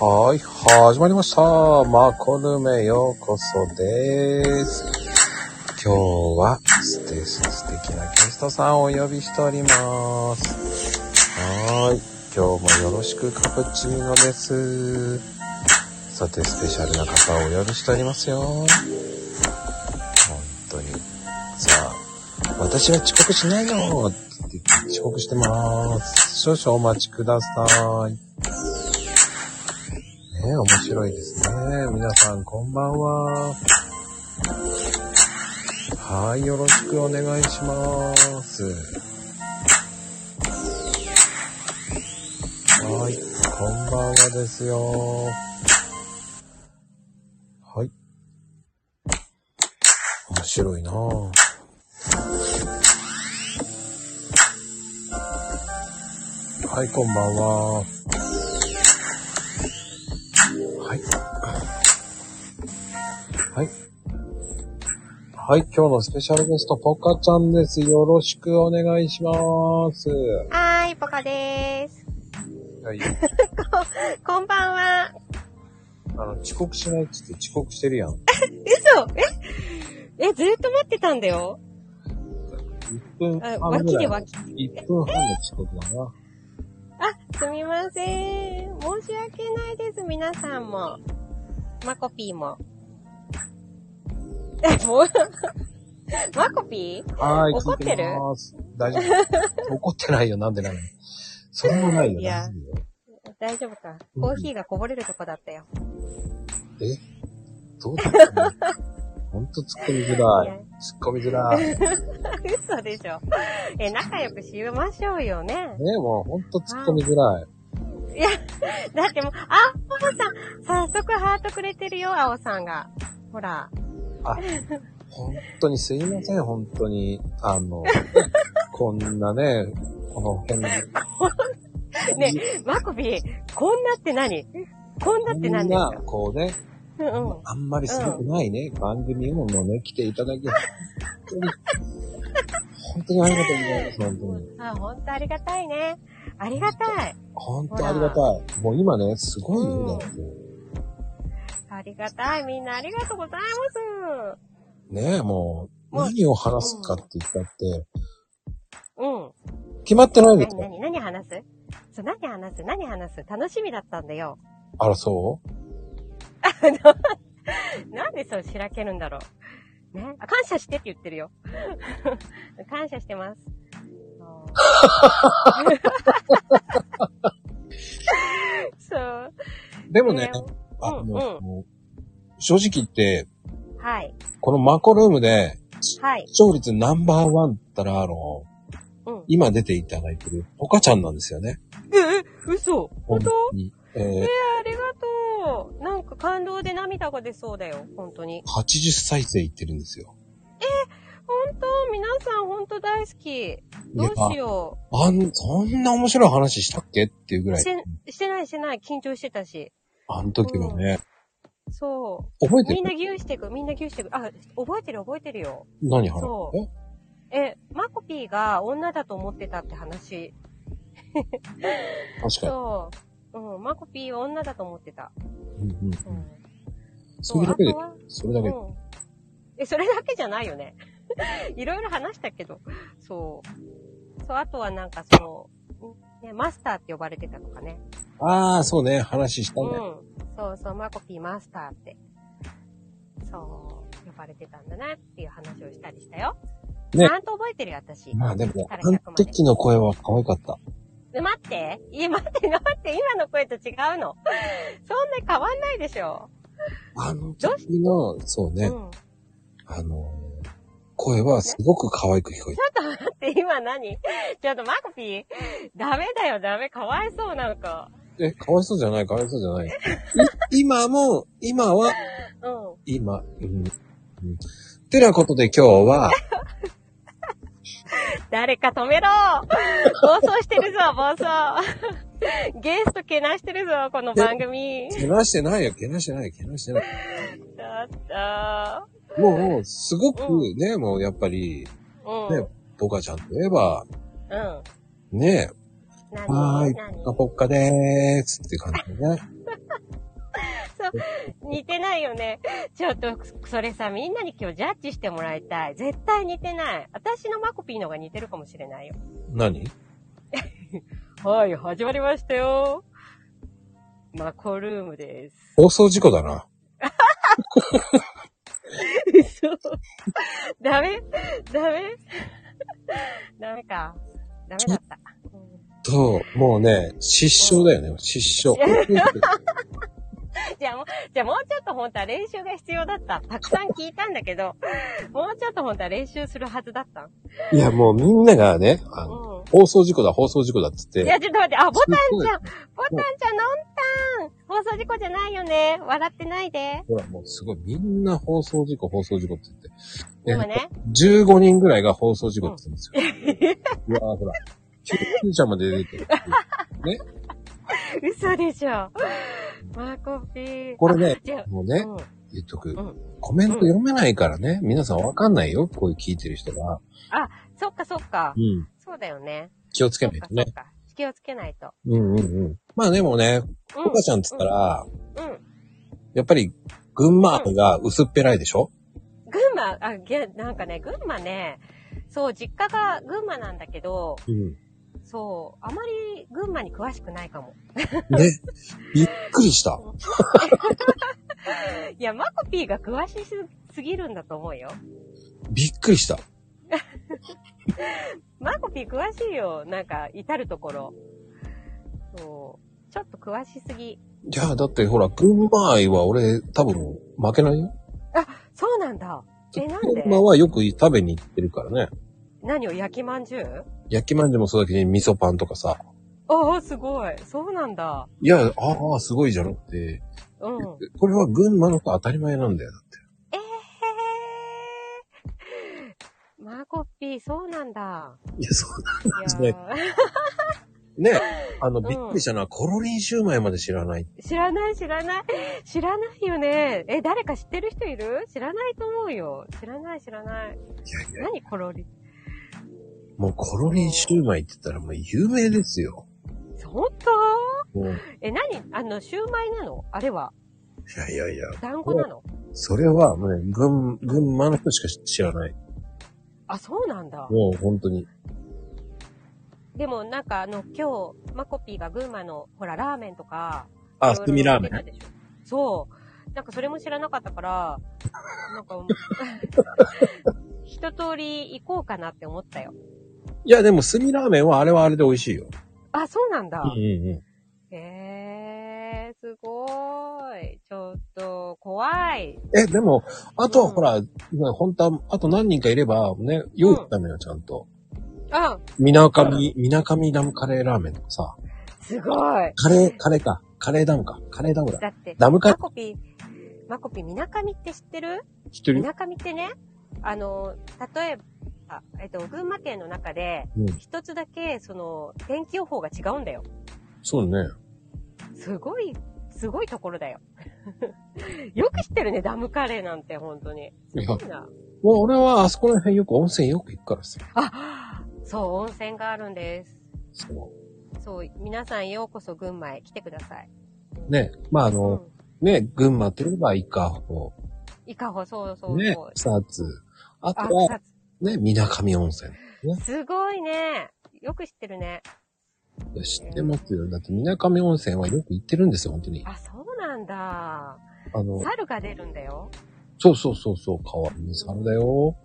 はい、始まりました。マコルメようこそです。今日は素敵素敵なゲストさんをお呼びしております。はい、今日もよろしくカプチーノです。さて、スペシャルな方をお呼びしておりますよ。本当に。さあ、私は遅刻しないよって言って遅刻してます。少々お待ちください。ね、面白いですね。皆さん、こんばんは。はい、よろしくお願いします。はい、こんばんはですよ。はい。面白いなぁ。はい、こんばんは。はい。はい。はい、今日のスペシャルゲスト、ポカちゃんです。よろしくお願いします。はーい、ポカでーす。はい。こ、こんばんは。あの、遅刻しないっつって遅刻してるやん。嘘ええ、ずっと待ってたんだよ。 1分半ぐらい。脇で脇。1分半の遅刻だな。あ、すみません。申し訳ないです、皆さんも。マコピーも。え、もう、 マコピーはい、怒ってる大丈夫。怒ってないよ、なんでなのそれもないよ、いや、大丈夫か。コーヒーがこぼれるとこだったよ。うん、えどうだったのほんと突っ込みづらい。突っ込みづらい。嘘でしょ。え、仲良くしましょうよね。ねもうほんと突っ込みづらい。いや、だってもう、あ、ポポさん、早速ハートくれてるよ、青さんが。ほら。あ、本当にすいません、本当に。あの、こんなね、この変な。ね、マコビー、こんなって何こんなって何ですかこんな、こうね、うんうん、あんまりすごくないね、うん、番組ものね、来ていただき、本当に、本当にありがとうございます、本当に。あ、本当ありがたいね。ありがたい。本当ありがたい。もう今ね、すごいよ、ね、だって、。うん。ありがたい。みんなありがとうございますねえ、もう、何を話すかって言ったって、うん。うん、決まってないですか何、何話すそう、何話す何話す楽しみだったんだよ。あら、そうあの、なんでそうしらけるんだろう。ねあ、感謝してって言ってるよ。 感謝し てます。そう。でもね、あ、うん、もう、うん、正直言って、はい。このマコルームで、はい。視聴率ナンバーワンったら、あの、うん、今出ていただいてる、ポカちゃんなんですよね。え、嘘本当えー、えー、ありがとう。なんか感動で涙が出そうだよ、本当に。 80再生いってるんですよ。えー、本当皆さん本当大好き。どうしよう。あん、そんな面白い話したっけっていうぐらい。して、してないしてない。緊張してたし。あの時はね。。うん、そう覚えてるみんな牛してく、みんな牛してく。あ、覚えてる覚えてるよ。何話そう。え、マコピーが女だと思ってたって話。確かに。そう。うん、マコピー女だと思ってた。うんうん。うん、それだけで、それだけ、うん、え、それだけじゃないよね。 いろいろ話したけど。そう。そう、あとはなんかその、ね、マスターって呼ばれてたとかね。。ああ、そうね、話したね。うんそうそう、マコピーマスターって。そう、呼ばれてたんだなっていう話をしたりしたよ。ね。ちゃんと覚えてるよ、私。まあでも、ね、あの時の声は可愛かった。待って。いや、待って、待って。今の声と違うの。そんな変わんないでしょ。あの時の、そうね、うん、あの、声はすごく可愛く聞こえた。ちょっと待って、今何ちょっとマコピー、ダメだよ、ダメ。かわいそう、なんか。え、かわいそうじゃない、かわいそうじゃない。 今も、今は、うん、今、うん。うん、てなことで今日 は、誰か止めろ暴走してるぞ、暴走ゲストけなしてるぞ、この番組。けなしてないよ、けなしてない、けなしてない。っだたもう、すごくね、うん、もうやっぱり、うん、ね、ポカちゃんといえば、、うんねえ、はーい、ポカポカでーすって感じね。似てないよね。ちょっと、それさ、みんなに今日ジャッジしてもらいたい。絶対似てない。私のマコピーのが似てるかもしれないよ。何はい、始まりましたよ。マコルームです。放送事故だな。嘘。ダメダメダメか。ダメだった。うんそう、もうね、失笑だよね、失笑。 じゃあもう、じゃあもうちょっと本当は練習が必要だった。たくさん聞いたんだけど、もうちょっと本当は練習するはずだった。 いや、もうみんながね、あの、う放送事故だ、放送事故だっつっん。いや、て、ちょっと待って、あ、ボタンちゃん、ボタンちゃん、のんたん放送事故じゃないよね。笑ってないで。ほら、もうすごい、みんな放送事故、放送事故って言って、今ね、ね。 15人ぐらいが放送事故って言ってますよ。うわーほら、救急車まで出てる。嘘でしょ。マコピー。これねあ、じゃあもうねう、ん言っとくうん。コメント読めないからね、皆さんわかんないよ、こういう聞いてる人が。そっかそっか。うん。そうだよね。気をつけそっないかとそねっ。か。気をつけないと。うんうんうん。まあでもね、う岡ちゃんっつったら、ん。うん。やっぱり、群馬愛が薄っぺらいでしょ群馬、あ、げ、なんかね、群馬ね、そう、実家が群馬なんだけど、うん。そう、あまり群馬に詳しくないかも。ね。びっくりした。いや、マコピーが詳しすぎるんだと思うよ。びっくりした。マコピー詳しいよ。なんか、至るところ。そう。ちょっと詳しすぎ。いや、だってほら、群馬愛は俺多分負けないよ。そうなんだ。え、なんで群馬はよく食べに行ってるからね。何を焼きまんじゅう焼きまんじゅうもそうだけど、味噌パンとかさ。ああ、すごい。そうなんだ。いや、ああ、すごいじゃなくて、うん。これは群馬の人当たり前なんだよ。だってええー。マコピー、そうなんだ。いや、そうだ。いやーね。あの、んびっくりしたのは、コロリンシューマイまで知らない。知らない、知らない。知らないよね。え、誰か知ってる人いる知らないと思うよ。知らない、知らない。いやいや、何コロリ。もうコロリンシューマイって言ったらもう有名ですよ。本当もうえ、何あの、シューマイなのあれはいやいやいや、団子なのそれはもうね、群、群馬の人しか知らない。あ、そうなんだ。もう本当に。でもなんかあの、今日、マコピーが群馬の、ほら、ラーメンとか、あ、いろいろスミラーメ出ンてたでしょそう。なんかそれも知らなかったから、な んか、一通り行こうかなって思ったよ。いや、でもスミラーメンはあれはあれで美味しいよ。あ、そうなんだうん。うんうん。へえー、すごーい。ちょっと、怖い。え、でも、あとはうんほら、今本当は、あと何人かいれば、ね、用意したのよ、ちゃんと。あ、みなかみ、みなかみダムカレーラーメンとかさ、すごい。カレー、カレーか、カレーダムか、カレーダムだ。だって、ダムカレマーコピー、マコピー、みなかみって知ってる知ってるみよなかみってね、あの、例えば、えっと、群馬県の中でうん、一つだけ、その、天気予報が違うんだよ。そうね。すごい、すごいところだよ。 よく知ってるね、ダムカレーなんて、本当に。すごいな。もう俺はあそこら辺よく温泉よく行くからさ。あ、そう、温泉があるんです。そう。そう、皆さんようこそ群馬へ来てください。ね。まあ、あうの、ん。ね、群馬って言えばイカホ、いかほ、そうそうそう。ね、草津。ああとは、さね、みなかみ温泉。すごいね。よく知ってるね。いや知ってますよ。だってみなかみ温泉はよく行ってるんですよ、本当に。あ、そうなんだ。あの、猿が出るんだよ。そうそうそうそう、川に猿だよ。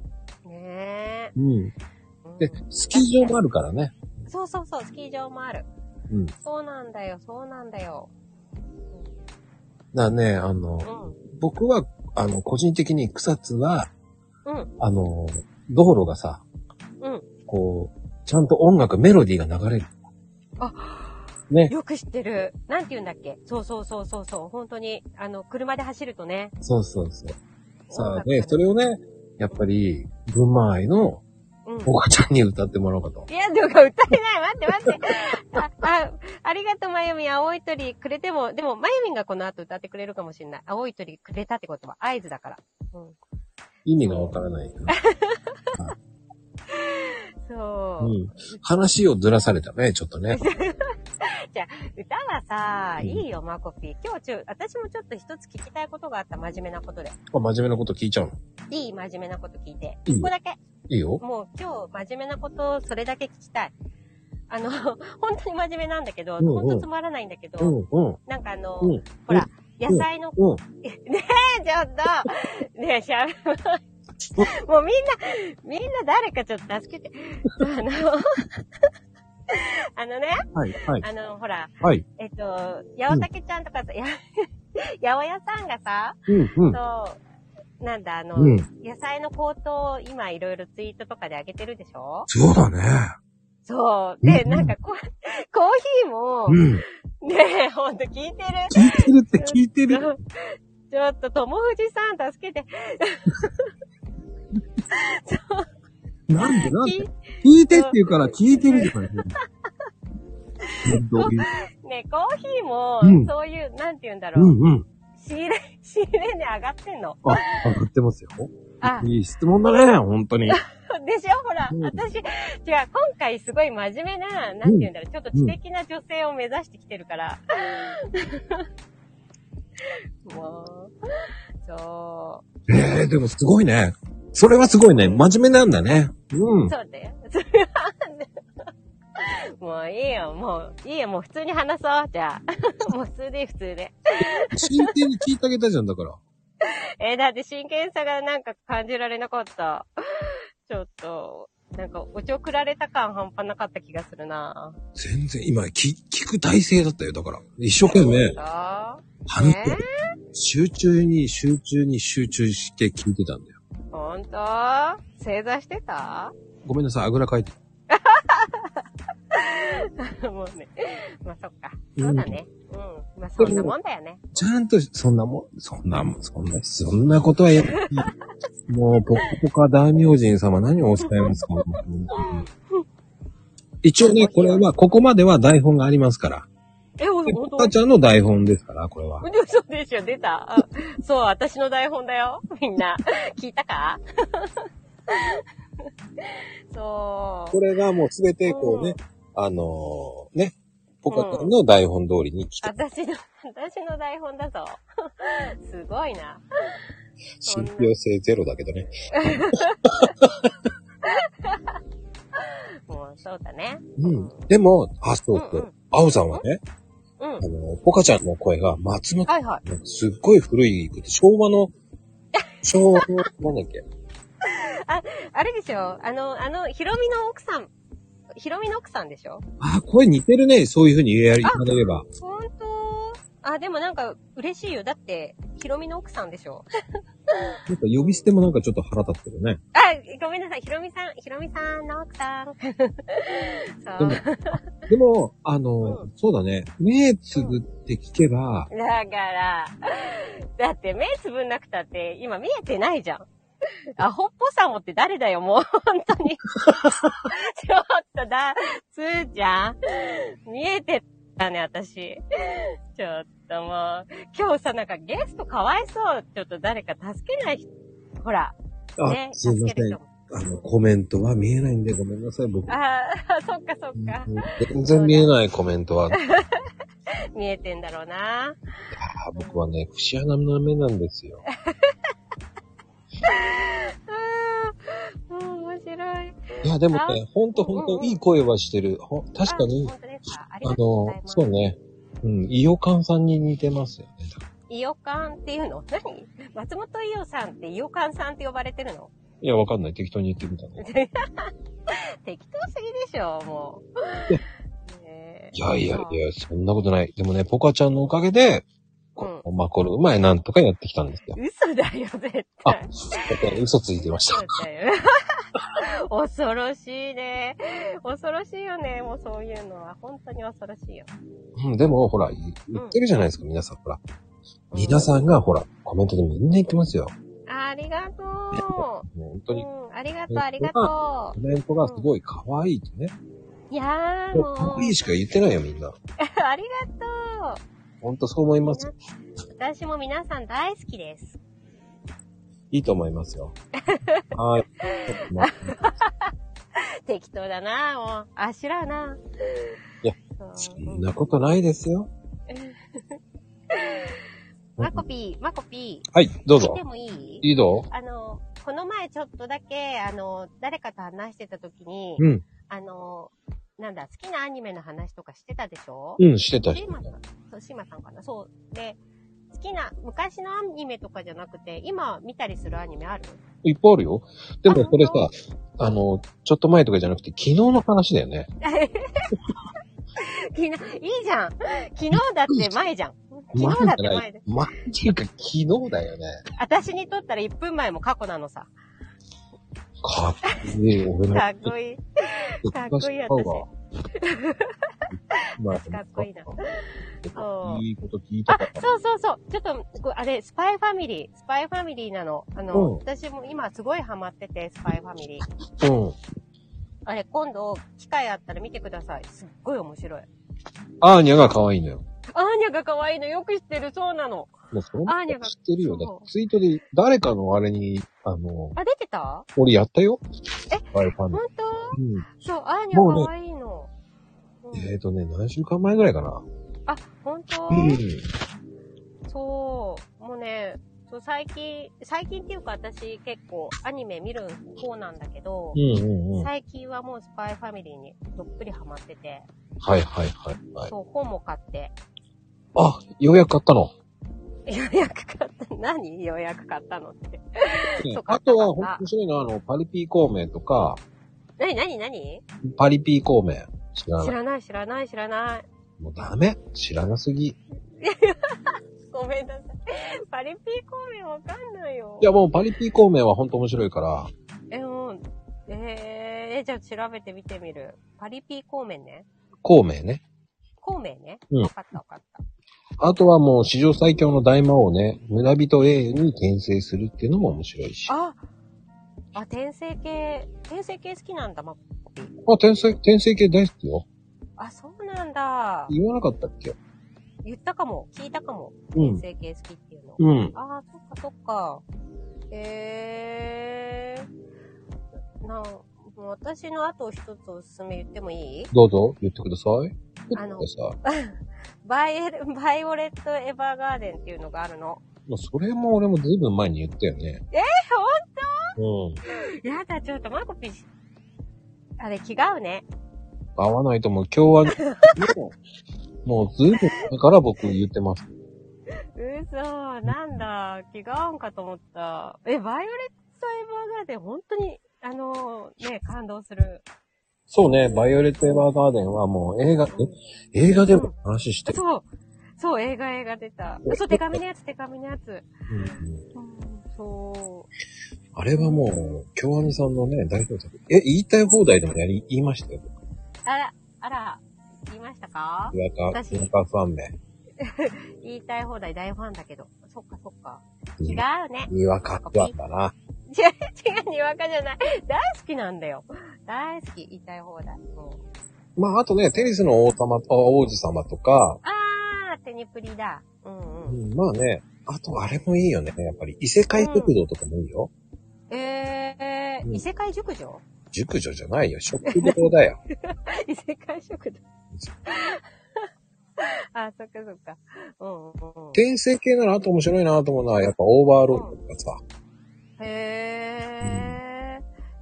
ねえ。うん。うんで、スキー場もあるからね。そうそうそう、スキー場もある。うん。そうなんだよ、そうなんだよ。だからね、あのう、ん。僕は、あの、個人的に草津は、うん。あの、道路がさ、うん。こう、ちゃんと音楽、メロディーが流れる。あ、ね。よく知ってる。なんて言うんだっけそうそうそうそうそう。本当に、あの、車で走るとね。そうそうそう。さあ音楽がね、それをね、やっぱり、群馬愛の、うん。お母ちゃんに歌ってもらおうかと。いや、でも歌えない。待って待って。あ、あ、ありがとう、まゆみん。青い鳥くれても、でも、まゆみんがこの後歌ってくれるかもしれない。青い鳥くれたってことは合図だから。うん。意味がわからない。 そうう。 ん。話をずらされたね、ちょっとね。じゃあ、歌はさ、いいよ、マコピー。今日ちょ、私もちょっと一つ聞きたいことがあった、真面目なことで。あ、真面目なこと聞いちゃうのいい真面目なこと聞いて。いいよここだけ。いいよ。もう今日真面目なこと、それだけ聞きたい。あの、 本当に真面目なんだけど、うんうん本当つまらないんだけど、うん、うん、なんかあの、うん、ほら、野菜の、うん。ちょっと、ねえ、しゃべ、もうみんな、みんな誰かちょっと助けて。あの、 あのね、はい、はい、あの、ほら、はい。えっと、八尾竹ちゃんとかさ、や、八百屋さんがさ、うん、うん。そう、なんだ、あの、うん野菜の高騰を今いろいろツイートとかで上げてるでしょそうだね。そう。で、うんなんか コ、コーヒーも、うん。ねえ、ほんと聞いてる 聞いてるって聞いてる。ちょっと、友藤さん助けて。なんでなん聞で聞いてって言うから聞いてるじゃ ない。本当にねえ、コーヒーも、うんそういう、なんて言うんだうろう。んうん。仕入れ、仕入れ値上がってんの。あ、上がってますよ。あ、いい質問だね、本当に。 でしょほら、うん私、違う、今回すごい真面目な、なんて言うんだろう、ちょっと知的な女性を目指してきてるから。もう、そええでもすごいね。それはすごいね。真面目なんだね。うう、ん。そうだよ。それは もういいよ、もう、いいよ、もう普通に話そう、じゃ あ。もう普通でいい、普通で。真剣に聞いてあげたじゃん、だから。えーだって真剣さがなんか感じられなかった。ちょっと、なんか、おちょくられた感半端なかった気がするな全然、今、聞、聞く体制だったよ、だから。一生懸命、あ反対、集中に、集中に、集中して聞いてたんだよ。ほんと正座してた ごめんなさい、あぐらかいて。もうね。まあそっか。そうだね。うん。まあそんなもんだよね。ちゃんと、そんなもん、そんなもん、そんな、そんなことはやっもう、ポッポカ大名人様、何をおっしゃいますか本当に一応ね、これは、ここまでは台本がありますから。え、ほんポとッポカちゃんの台本ですから、これは。 嘘でしょ出たあそう、私の台本だよ。みん な。聞いたか そこれがもうすべて、こうね、あのーね、ポカちゃんの台本通りに聞う。く。私の、私の台本だぞ。 すごいな。信憑性ゼロだけどね。もう、そうだね。。うん。でも、あ、そうそううんあおさんはね、うん。うんあ。の、ポカちゃんの声が松本はいはい。すっごい古い、昭和の、昭和の、なんだっけ。あれでしょあの、あの、ヒロミの奥さん。ヒロミの奥さんでしょあ、声似てるね。そういうふうに言えやりいただければ。ほんとあ、でもなんか嬉しいよ。だって、ヒロミの奥さんでしょなんか呼び捨てもなんかちょっと腹立ってるね。あ、ごめんなさい。ヒロミさん、ヒロミさんの奥さん。そう。でも、あの、うそうだね。目つぶって聞けば、だから、だって目つぶんなくたって、今見えてないじゃん。アホっぽさもって誰だよ、もう、本当に。ちょっとだ、つーちゃん。見えてたね、私。ちょっともう、今日さ、なんかゲストかわいそう。ちょっと誰か助けない人。ほら、あ、ね、すいま助せける人ん。も。あの、コメントは見えないんでごめんなさい、僕。ああ、 そっかそっか。全然見えないコメントは、見えてんだろうな。あ僕はね、節穴の目なんですよ。うーん、うん面白い。いや、でもね、ほんとほんうんうとんいい声はしてる。ほ確かにあ、本当ですかありあがとうございの、ます。そうね。うん、イオカンさんに似てますよね。イオカンっていうの何松本伊代さんってイオカンさんって呼ばれてるのいや、わかんない。適当に言ってみた の。い適当すぎでしょ、もう。ねえや いやいや、そんなことない。でもね、ポカちゃんのおかげで、こうマコルうまいなんとかやってきたんですよ。嘘だよ、絶あ対。、だって嘘ついてました。嘘だよ 恐ろしいね。恐ろしいよね、もうそういうのは。本当に恐ろしいよ。うん、でも、ほら、言言ってるじゃないですか、皆さん。ほら。皆さんが、ほら、コメントでみんな言ってますよ。ありがとう。もう本当うに。ん、ありがとう、ありがとコメントがすごい可愛いってね。う。いやー、もうも可う愛。いしか言ってないよ、みんな。 ありがとほんとそう思います。う。私も皆さん大好きです。 いいと思いますよ。はーい。まあ適当だなもう。あしらうなや、そんなことないですよ。マコピー、マコピー。はい、どう聞いぞて。もいいいいぞ。あの、この前ちょっとだけ、あの、誰かと話してた時に、うん、あの、なんだ、好きなアニメの話とかしてたでしょうん、してた。シーマさん、そう、シーマさんかな。そう。で、好きな、昔のアニメとかじゃなくて、今見たりするアニメあるいっぱいあるよ。でもあこれさ、あの、ちょっと前とかじゃなくて、昨日の話だよね。 昨日、いいじゃん。昨日だって前じゃん。昨日だって前で。ま、っていうか昨日だよね。私にとったら1分前も過去なのさ。かっこいい。俺のかっこいい。かっこいい私 まあ、かっこいいなそういいこと聞いたあから、。そうそうそう。ちょっと、こあれ、スパイファミリー。スパイファミリーなの。あの、うん私も今すごいハマってて、スパイファミリー。うん。あれ、今度、機会あったら見てください。すっごい面白い。アーニャが可愛いのよ。アーニャが可愛いのよく知ってる。そうなの。もうそのアーニャが知ってるよ。そうだってツイートで誰かのあれに、あの、あ、出てた俺やったよ。えあれファン本で当うん。そう、アーニャ可愛いの。うんえーとね、何週間前ぐらいかな。あ、本当、うん。そう。もうね、そう最近、最近っていうか私結構アニメ見る方なんだけど、うんうんうん。はい最近はもうスパイファミリーにどっぷりハマってて、はいはいはい。そう、本も買って。 あ、ようやく買ったの。予約買った。何予約買ったのって。そうあとは、ほんと面白いのは、あの、パリピー孔明とか、何何何パリピー孔明。知らな知い。らない知らない知らない。もうダメ。知らなすぎ。いごめんなさい。 パリピー公明わかんないよ。や、もうパリピー孔明はほんと面白いから、え、うん。えー、じゃあ調べてみてみる。パリピー公明ね。孔明ね。公明ね。うんわかったわかった。あとはもう史上最強の大魔王ね、村人 A に転生するっていうのも面白いし。あ、ああ、転生系、転生系好きなんだ、ま、転生、転生系大好きよ。あ、そうなんだ。言わなかったっけ言ったかも、聞いたかも。うん。転生系好きっていうの。うん。ああ、そっかそっか。えー。な、もう私の後一つおすすめ言ってもいいどうぞ、言ってください。言あってのくださバイエル、バイオレットエヴァーガーデンっていうのがあるの。い。もうそれも俺もずいぶん前に言ったよね。え、うん。ほん、やだ、ちょっとマコピー、あれ、気が合うね。合わないと思う。今日 は、もうもうずいぶん前から僕言ってます。嘘、なんだ、気が合うんかと思った。え、バイオレット・エヴァーガーデン、本当に、あのね、感動する。そうね、バイオレット・エヴァーガーデンはもう映画、え、映画でも話してる。そう、そう、映画映画出た。そう、手紙のやつ、手紙のやつ。うんうん、そあれはもう、京アニさんのね、代表作。え、言いたい放題でもやり、言いましたよ。う。あら、あら、言いましたか違和感、私違和感ファン名。言いたい放題大ファンだけど。そっかそっか。気が合うね。 にわかってあったな。違う、違う、にわかじゃない。大好きなんだよ。大好き、言いたい放題。うんまあ、あとね、テニスの王様、あ王子様とか、あー、テニプリだ。うんううん。んまあね、あとあれもいいよね。やっぱり、異世界食堂とかもいいよ。えうんー、異世界熟女熟女じゃないよ。食堂だ よ。異世界食堂。 あ、そっかそっか。うんうんうん。転生系ならあと面白いなと思うのは、やっぱオーバーロードとかさ。へ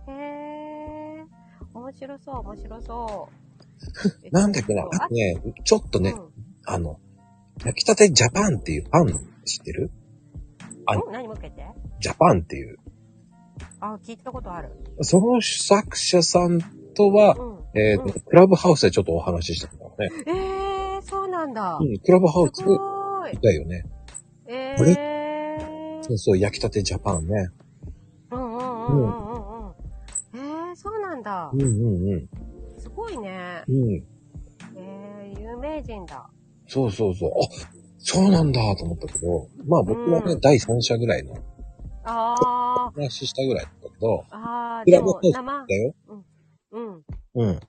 ー。へー。面白そう、面白そ う。なんだっけな、あとね、ちょっとね、あの、焼きたてジャパンっていうパン知ってるああ、のうん何向けてジャパンっていう。あ、聞いたことある。その作者さんとはう、ん。えっ、うんと、クラブハウスでちょっとお話ししたからね。えー、そうなんだう。ん、クラブハウスすごーい。だよね。えあーそう。そう、焼きたてジャパンね。うんうんうんうんうんうん。えー、そうなんだう。んうんうん。すごいね。うん。えー、有名人だ。そうそうそう。あ、そうなんだと思ったけど、まあ僕はね、うん第三者ぐらいのあー、話したぐらいだったけど、あー、クラでブもハウス生、だよ。うん。うん。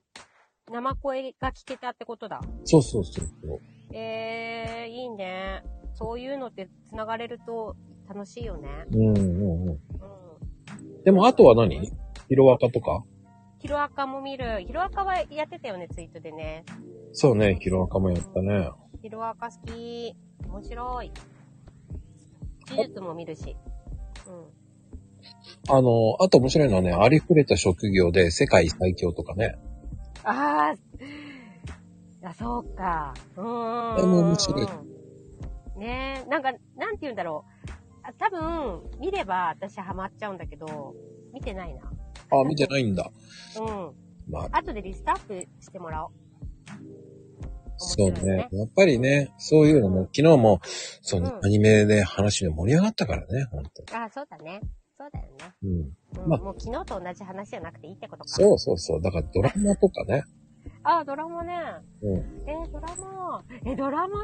生声が聞けたってことだ。そうそうそうそう。えー、いいね。そういうのって繋がれると楽しいよね。うんうんうん。うん。でもあとは何ヒロアカとかヒロアカも見る。ヒロアカはやってたよね、ツイートでね。そうね、ヒロアカもやったね。ヒロアカ好き。面白い。呪術も見るし。うあの、あと面白いのはね、ありふれた職業で世界最強とかね。ん。あー、あ、そうか。うーん。あれも面白い。ねえ、なんか、なんて言うんだろう。あ多分、見れば私ハマっちゃうんだけど、見てないな。あ、見てないんだ。うん。まあ、後でリストアップしてもらおう。そう面白いね。やっぱりね、そういうのも、昨日も、そうのんアニメで話が盛り上がったからね、本当あ、そうだね。そうだよね。に。うん。うん、まあもう昨日と同じ話じゃなくていいってことか。そうそうそう。だからドラマとかね。あ、ドラマね。うん。えードラマ。え、ドラマ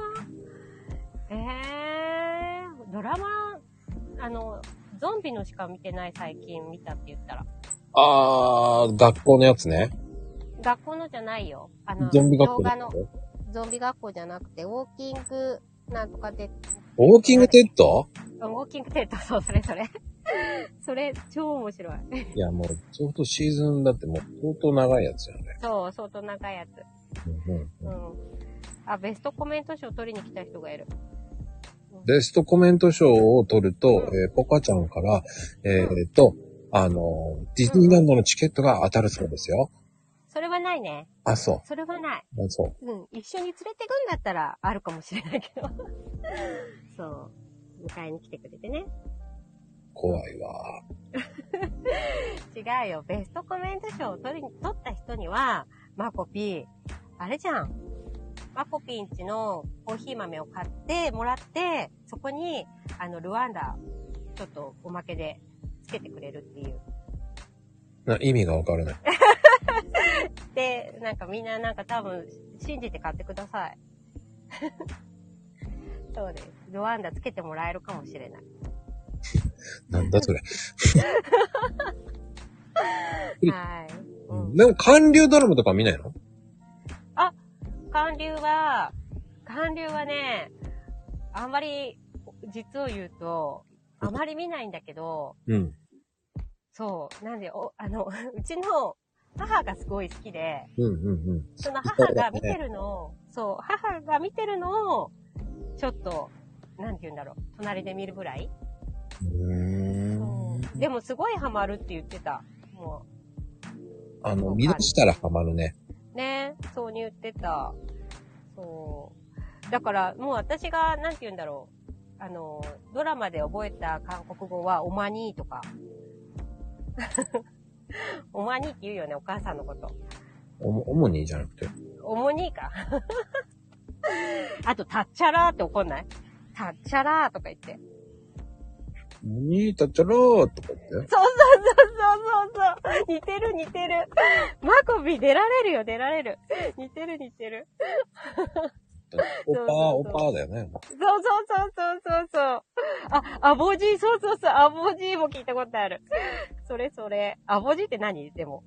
えー、ドラマ、あの、ゾンビのしか見てない最近見たって言ったら。あー、学校のやつね。学校のじゃないよ。あの、ゾンビ学校動画のの、ゾンビ学校じゃなくて、ウォーキング、なんとかで、ウォーキングテッドウォーキングテッド、そう、それそれ。 それ、超面白い。いや、もう、ちょうどシーズンだってもう相当長いやつじゃんね。そう、相当長いやつ。うんうんううんん。あ、ベストコメント賞取りに来た人がいる。ベストコメント賞を取ると、うんえーポカちゃんから、えーっと、あの、ディズニーランドのチケットが当たるそうですよ。それはないね。あ、そそれはない。う。あそう。うん。一緒に連れてくんだったらあるかもしれないけど。そう。迎えに来てくれてね。怖いわ。違うよ。ベストコメント賞を取りに、取った人には、マコピー、あれじゃん。マコピーんちのコーヒー豆を買ってもらって、そこに、あの、ルワンダ、ちょっとおまけでつけてくれるっていう。な意味がわからない。で、なんかみんななんか多分、信じて買ってください。 そうです。ルワンダつけてもらえるかもしれない。なんだそれ。うんはい。うん。でも、韓流ドラマとか見ないの韓流は、韓流はね、あんまり、実を言うと、あまり見ないんだけど、うん。そう。なんで、お、あの、 うちの母がすごい好きで、うんうんうん。その母が見てるのを、そう、母が見てるのを、ちょっと、なんて言うんだろう、隣で見るぐらいうーんでもすごいハマるって言ってた。もあの、見出したらハマるね。う、ね、そうに言ってた。そう。だから、もう私が、なんて言うんだろう。あの、ドラマで覚えた韓国語は、オマニーとか。 オマニーって言うよね、お母さんのこと。おも主にじゃなくて。オモニーか。 あと、タッチャラーって怒んないタッチャラーとか言って。にーたちゃらーとか言っそうそうそうそうて。そうそう。似てる似てる。マコビ出られるよ、出られる。似てる似てる。オパー、そオうそうそうパーだよね。そうそうそうそうそうそう。あ、アボジー、そうそうそう、アボジーも聞いたことある。それそれ。アボジーって何でも。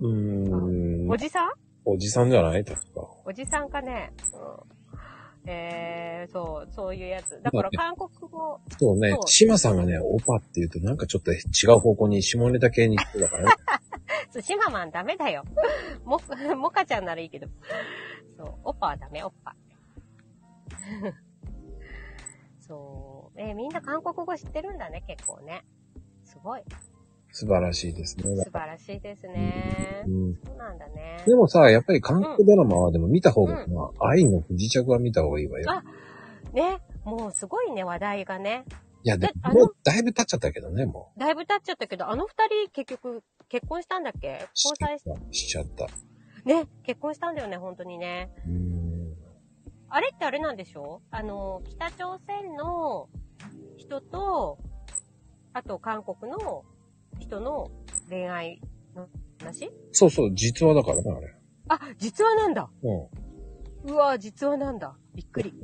うーおん。じさんおじさんじゃない確か。おじさんかね。うん、えー、そう、そういうやつ。だから韓国語、そうねそ。う島さんがね、オパって言うとなんかちょっと違う方向に下ネタ系に行ってたからね。 寿司ママンダメだよ。 も、モカちゃんならいいけど。そう、オッパはダメ、オッパ。 そう。えーみんな韓国語知ってるんだね、結構ね。すごい。素晴らしいですね。素晴らしいですねう。ん、そうなんだね。でもさ、やっぱり韓国ドラマはでも見た方が、まあ、愛の不時着は見た方がいいわよ。あね、もうすごいね、話題がね。いや、であも、ものうだいぶ経っちゃったけどね、もだいぶ経っちゃったけど、あの二人結局結婚したんだっけう。交際し、しちゃった。ね、結婚したんだよね、本当にね。うーんあれってあれなんでしょあの、北朝鮮の人と、あと韓国の人の恋愛の話そうそう、実話だからね、あれ。あ、実話なんだ。うん。うわ、実話なんだ。びっくり。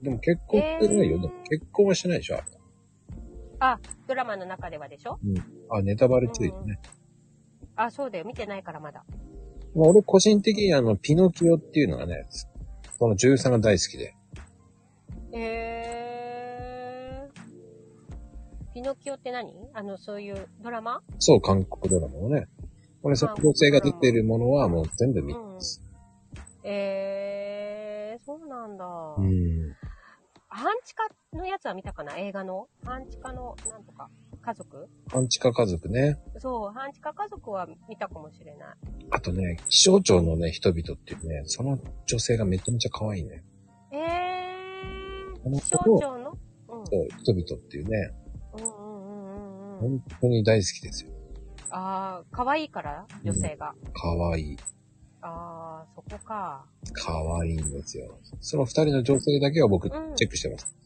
でも結婚してないよ。えーでも結婚はしてないでしょ。あ、ドラマの中ではでしょあ、ネタバレついてね。あ、そうだよ。見てないからまだ。まあ、俺個人的にあの、ピノキオっていうのがね、その13が大好きで。えー。ピピノキオって何あの、そういうドラマそう、韓国ドラマをね。俺、そ韓こ国性が出てるものはもう全部見てます。えー、そうなんだ。うん。半地下のやつは見たかな映画の。半地下の、なんとか、家族アンチカ家族ね。そう、半地下家族は見たかもしれない。あとね、気象庁のね、人々っていうね、その女性がめちゃめちゃ可愛いね。えあのー、気象庁のうん。そう、人々っていうね、うんうんうんうんうん。本当に大好きですよ。あー、可愛いから女性が。可愛い。あー、そこか。可愛いんですよ。その二人の女性だけは僕、うんチェックしてます。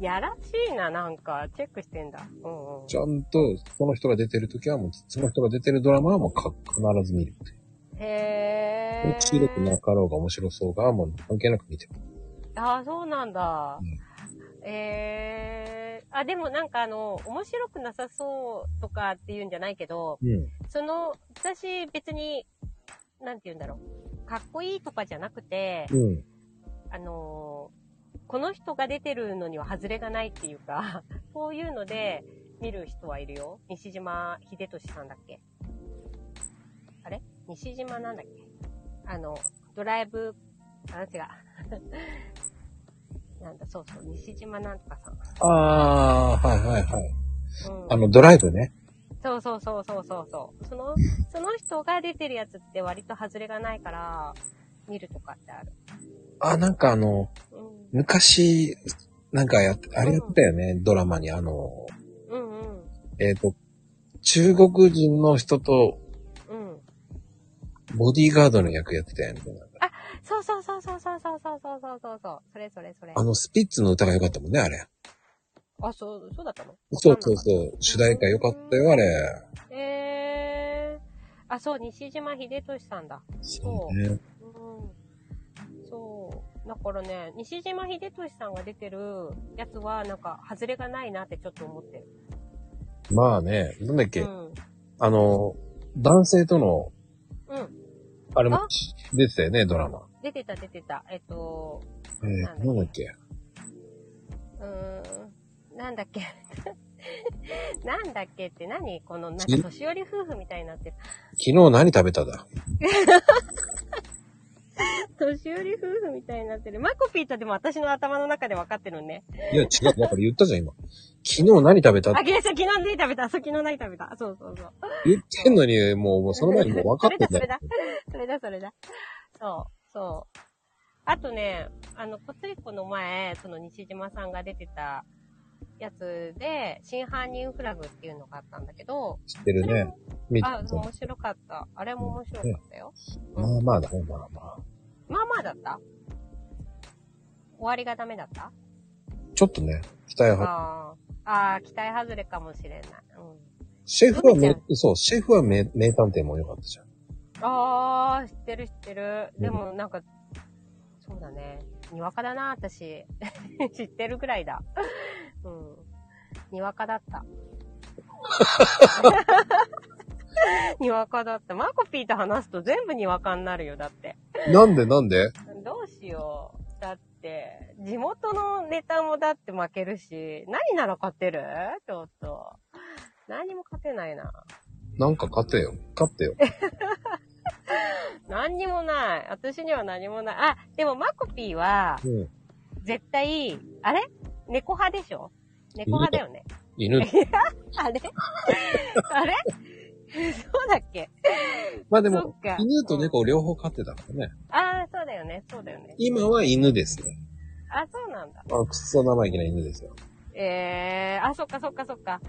やらしいな、なんか。チェックしてんだ。うんうん。ちゃんと、その人が出てる時はもう、その人が出てるドラマはもうか必ず見るっていう。へ面白くなー。かろうが面白そうが、もう関係なく見てる。あー、そうなんだ。うんえー。あ、でもなんかあの、面白くなさそうとかっていうんじゃないけど、うん。その、私別に、なんて言うんだろう。かっこいいとかじゃなくて、うん。あのーこの人が出てるのには外れがないっていうか、 そういうので見る人はいるよ。西島秀俊さんだっけあれ西島なんだっけあの、ドライブ、あ、違う。 なんだ、そうそう、西島なんとかあー、はいはいはい。さん。うん、あの、ドライブね。そうそうそうそうそうそう。その、その人が出てるやつって割と外れがないから、見るとかってある。あ、なんかあの、う昔、なんかやって、あれやってたよね、ドラマに。あの、ん。うんうん。えっ、と、中国人の人とうん。ボディーガードの役やってたよね。そうそうそうそうそうそうそうそうそうそうそう。それそれそれあ。の、スピッツの歌が良かったもんね、あれ。あ、そう、そうだったのそうそうそう。主題歌良かったよ、あれ。えー。あ、そう、西島秀俊さんだ。そうね。うん。そう。だからね、西島秀俊さんが出てるやつは、なんか、外れがないなってちょっと思ってる。まあね、なんだっうけ、ん。あの、男性との、うん。あれもあ出てたよね、ドラマ。出てた出てた。えっと、えー、なんだっけ。うーんなんだっけなんだっけって何この、なんかえ年寄り夫婦みたいになってる。昨日何食べただ年寄り夫婦みたいになってる。マコピーとでも私の頭の中で分かってるんね。いや、違う。だから言ったじゃん、今。昨日何食べたっあ、てげさん昨日何食べたそう昨日何食べたそうそうそう。 言ってんのに、もう、もうその前にもう分かってんだそれだよ。それだそれだ。そう、そう。あとね、あの、コツリコの前、その西島さんが出てたやつで、真犯人フラグっていうのがあったんだけど、知ってるそれねも。見てあ、た面白かった。あれも面白かったよ。まあまあだね、まあまあ。まあまあだった終わりがダメだったちょっとね、期待は、あーあー、期待外れかもしれない。うん、シェフは伸めびちゃ、そう、シェフは名名探偵も良かったじゃん。ああ、知ってる知ってる。うんでもなんか、そうだね。にわかだな、私。 知ってるぐらいだ。うん。にわかだった。 にわかだった。マコピーと話すと全部にわかになるよ、だって。なんでなんでどうしよう。だって、地元のネタもだって負けるし、何なら勝てるちょっと。何にも勝てないな。なんか勝てよ。勝ってよ。何にもない。私には何もない。あ、でもマコピーは、うん。絶対、あれ猫派でしょ猫派だよね。犬。あれあれそうだっけまあでそもっか、犬と猫両方飼ってたからね。ああ、そうだよね。そうだよね。今は犬ですね。あ、そうなんだ。あ、くっそ生意気な犬ですよ。ええー、あ、そっかそっかそっか。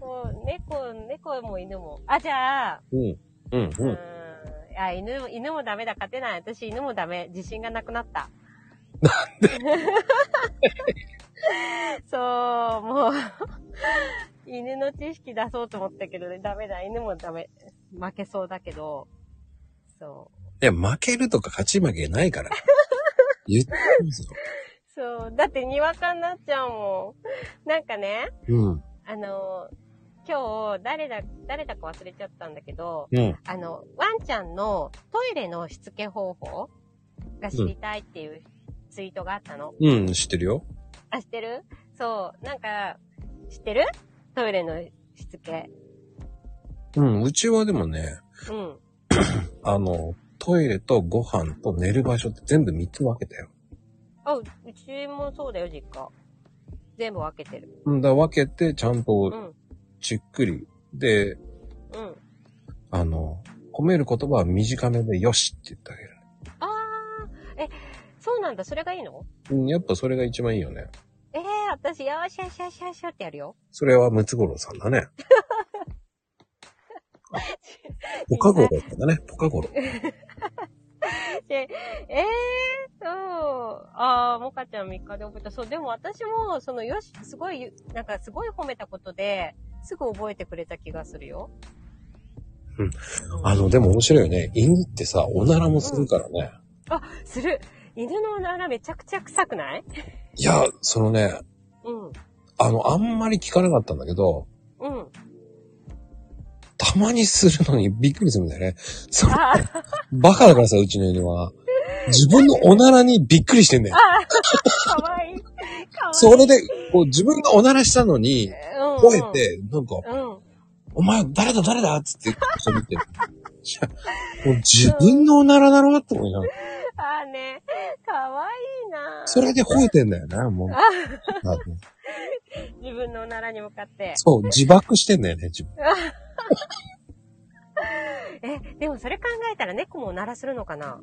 猫、猫、猫も犬も。あ、じゃあ、うん。うん、ううーんん。。あ、犬も、犬もダメだ、勝てない。私犬もダメ。自信がなくなった。 なんでそう、もう。犬の知識出そうと思ったけどね、ダメだ、犬もダメ。負けそうだけど。そう。いや、負けるとか勝ち負けない から。言ってますよ。そう。だって、にわかになっちゃうもん。なんかね、うん。あの、今日、誰だ、誰だか忘れちゃったんだけど、うん。あの、ワンちゃんのトイレのしつけ方法が知りたいっていうツイートがあったの。うん、知ってるよ。あ、知ってるそう。なんか、知ってるトイレのしつけ。うん、うちはでもね、うん。あの、トイレとご飯と寝る場所って全部3つ分けたよ。あ、ううちもそうだよ、実家。全部分けてる。うんだ、分けて、ちゃんうとん。じっくり。で、うん。あの、褒める言葉は短めで、よしって言ってあげる。あー、え、そうなんだ。それがいいのうん、やっぱそれが一番いいよね。えー、私、よーしゃしゃしゃしゃってやるよ。それはムツゴロウさんだね。ポカゴロウだったんだね、ポカゴロウ。で、えー、そう。あー、もかちゃん3日で覚えた。そう、でも私も、その、よし、すごい、なんかすごい褒めたことで、すぐ覚えてくれた気がするよ。うん。あの、でも面白いよね。犬ってさ、おならもするからね。あ、する。犬のおならめちゃくちゃ臭くないいや、そのね、うん。あの、あんまり聞かなかったんだけど、うん。たまにするのにびっくりするんだよね。そうあー、バカだからさ、うちの犬は。自分のおならにびっくりしてんだよ。かわいい。かわいい。それで、こう、自分がおならしたのに、うん、吠えて、なんか、うん。お前、誰だ誰だっつって、こう見て。い や、もう自分のおならだろって思いながら。あーね、かわいいなそれで吠えてんだよね、もう。なんか自分のおならに向かって。そう、自爆してんだよね、自分。え、でもそれ考えたら猫もおならするのかな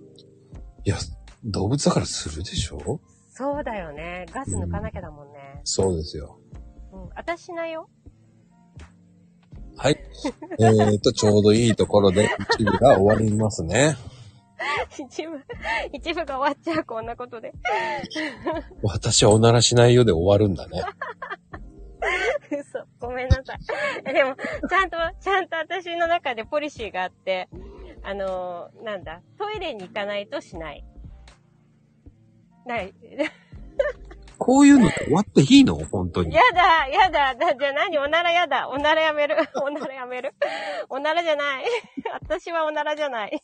いや、動物だからするでしょそうだよね。ガス抜かなきゃだもんね。そうですよ。うん。私しないよ。はい。えーと、ちょうどいいところで、一部が終わりますね。一部、一部が終わっちゃう、こんなことで。私はおならしないよで終わるんだね。嘘。ごめんなさい。えでも、ちゃんと、ちゃんと私の中でポリシーがあって、あのーなんだ、トイレに行かないとしない。ない。 こういうのって終わっていいの本当にや。だ、やだ、だじゃあ何おならやだ。おならやめる。おならやめる。おならじゃない。私はおならじゃない。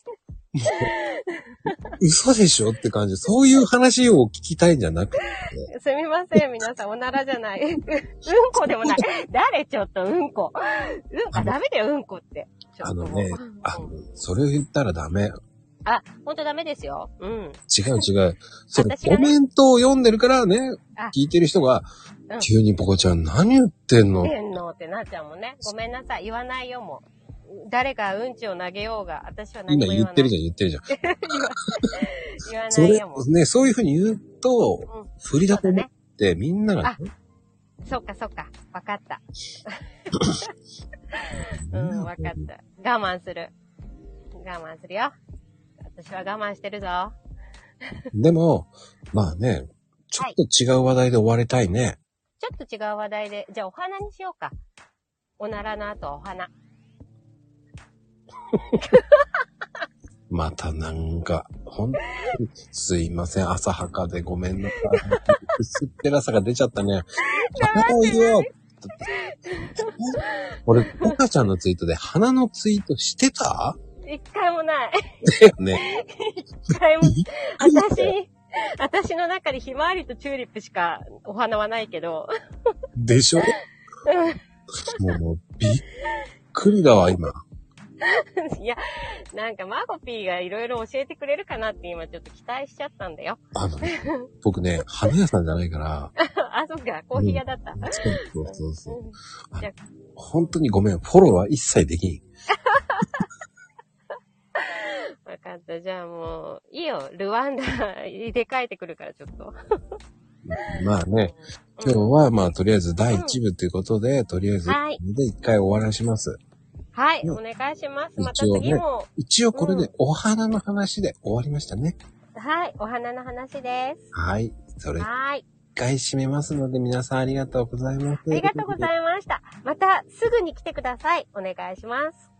嘘でしょって感じ。そういう話を聞きたいんじゃなくて。すみません、皆さん。おならじゃない。 ううんこでもない。誰ちょっと、うんこ。うんこ、ダメだよ、うんこって。ちょあっとのもうねうん、あの、それを言ったらダメ。あ、ほんとダメですよ。うん。違う違う。それ、私がコねメントを読んでるからね、あ聞いてる人がうん、急にポコちゃん何言ってんの天皇ってなっちゃうもんね。ごめんなさい。言わないよ、もう。誰がうんちを投げようが、私は何今も言言わっなてい。るじゃん、言ってるじゃん。言わそないれよ、もう。、ね、そういうふうに言うと、うん。振りだとそう思だっねて、みんながあ、そっかそっか。わかった。うみん、ながわかった。我慢する。我慢するよ。私は我慢してるぞ。でも、まあね、ちょっと違う話題で終わりたいね。ちょっと違う話題で、じゃあお花にしようか。おならの後はお花。またなんか、ほんとに、すいません、浅はかでごめんなさい。薄っぺらさが出ちゃったね。鼻を言おう。俺、ポカちゃんのツイートで鼻のツイートしてた一回もない。だよね。一回も。びっくりしたよ私、私の中でひまわりとチューリップしかお花はないけど。でしょもうもう、びっくりだわ、今。 いや、なんかマゴピーがいろいろ教えてくれるかなって今ちょっと期待しちゃったんだよ。 あのね、僕ね、花屋さんじゃないから、あ、そっか、コーヒー屋だった。そうそうそうそう。うん本当にごめん、フォローは一切できん。わかった。じゃあもう、いいよ。ルワンダ入れ替えてくるから、ちょっと。まあね、う今ん日はまあとりあえず第1部ということで、とりあえず、はいで一回終わらします。はい、うんお願いします。また一応ね次も、一応これうでお花の話で終わりましたね。はい、お花の話です。はい。それ一はい。回締めますので、皆さんありがとうございます。ありがとうございました。またすぐに来てください。お願いします。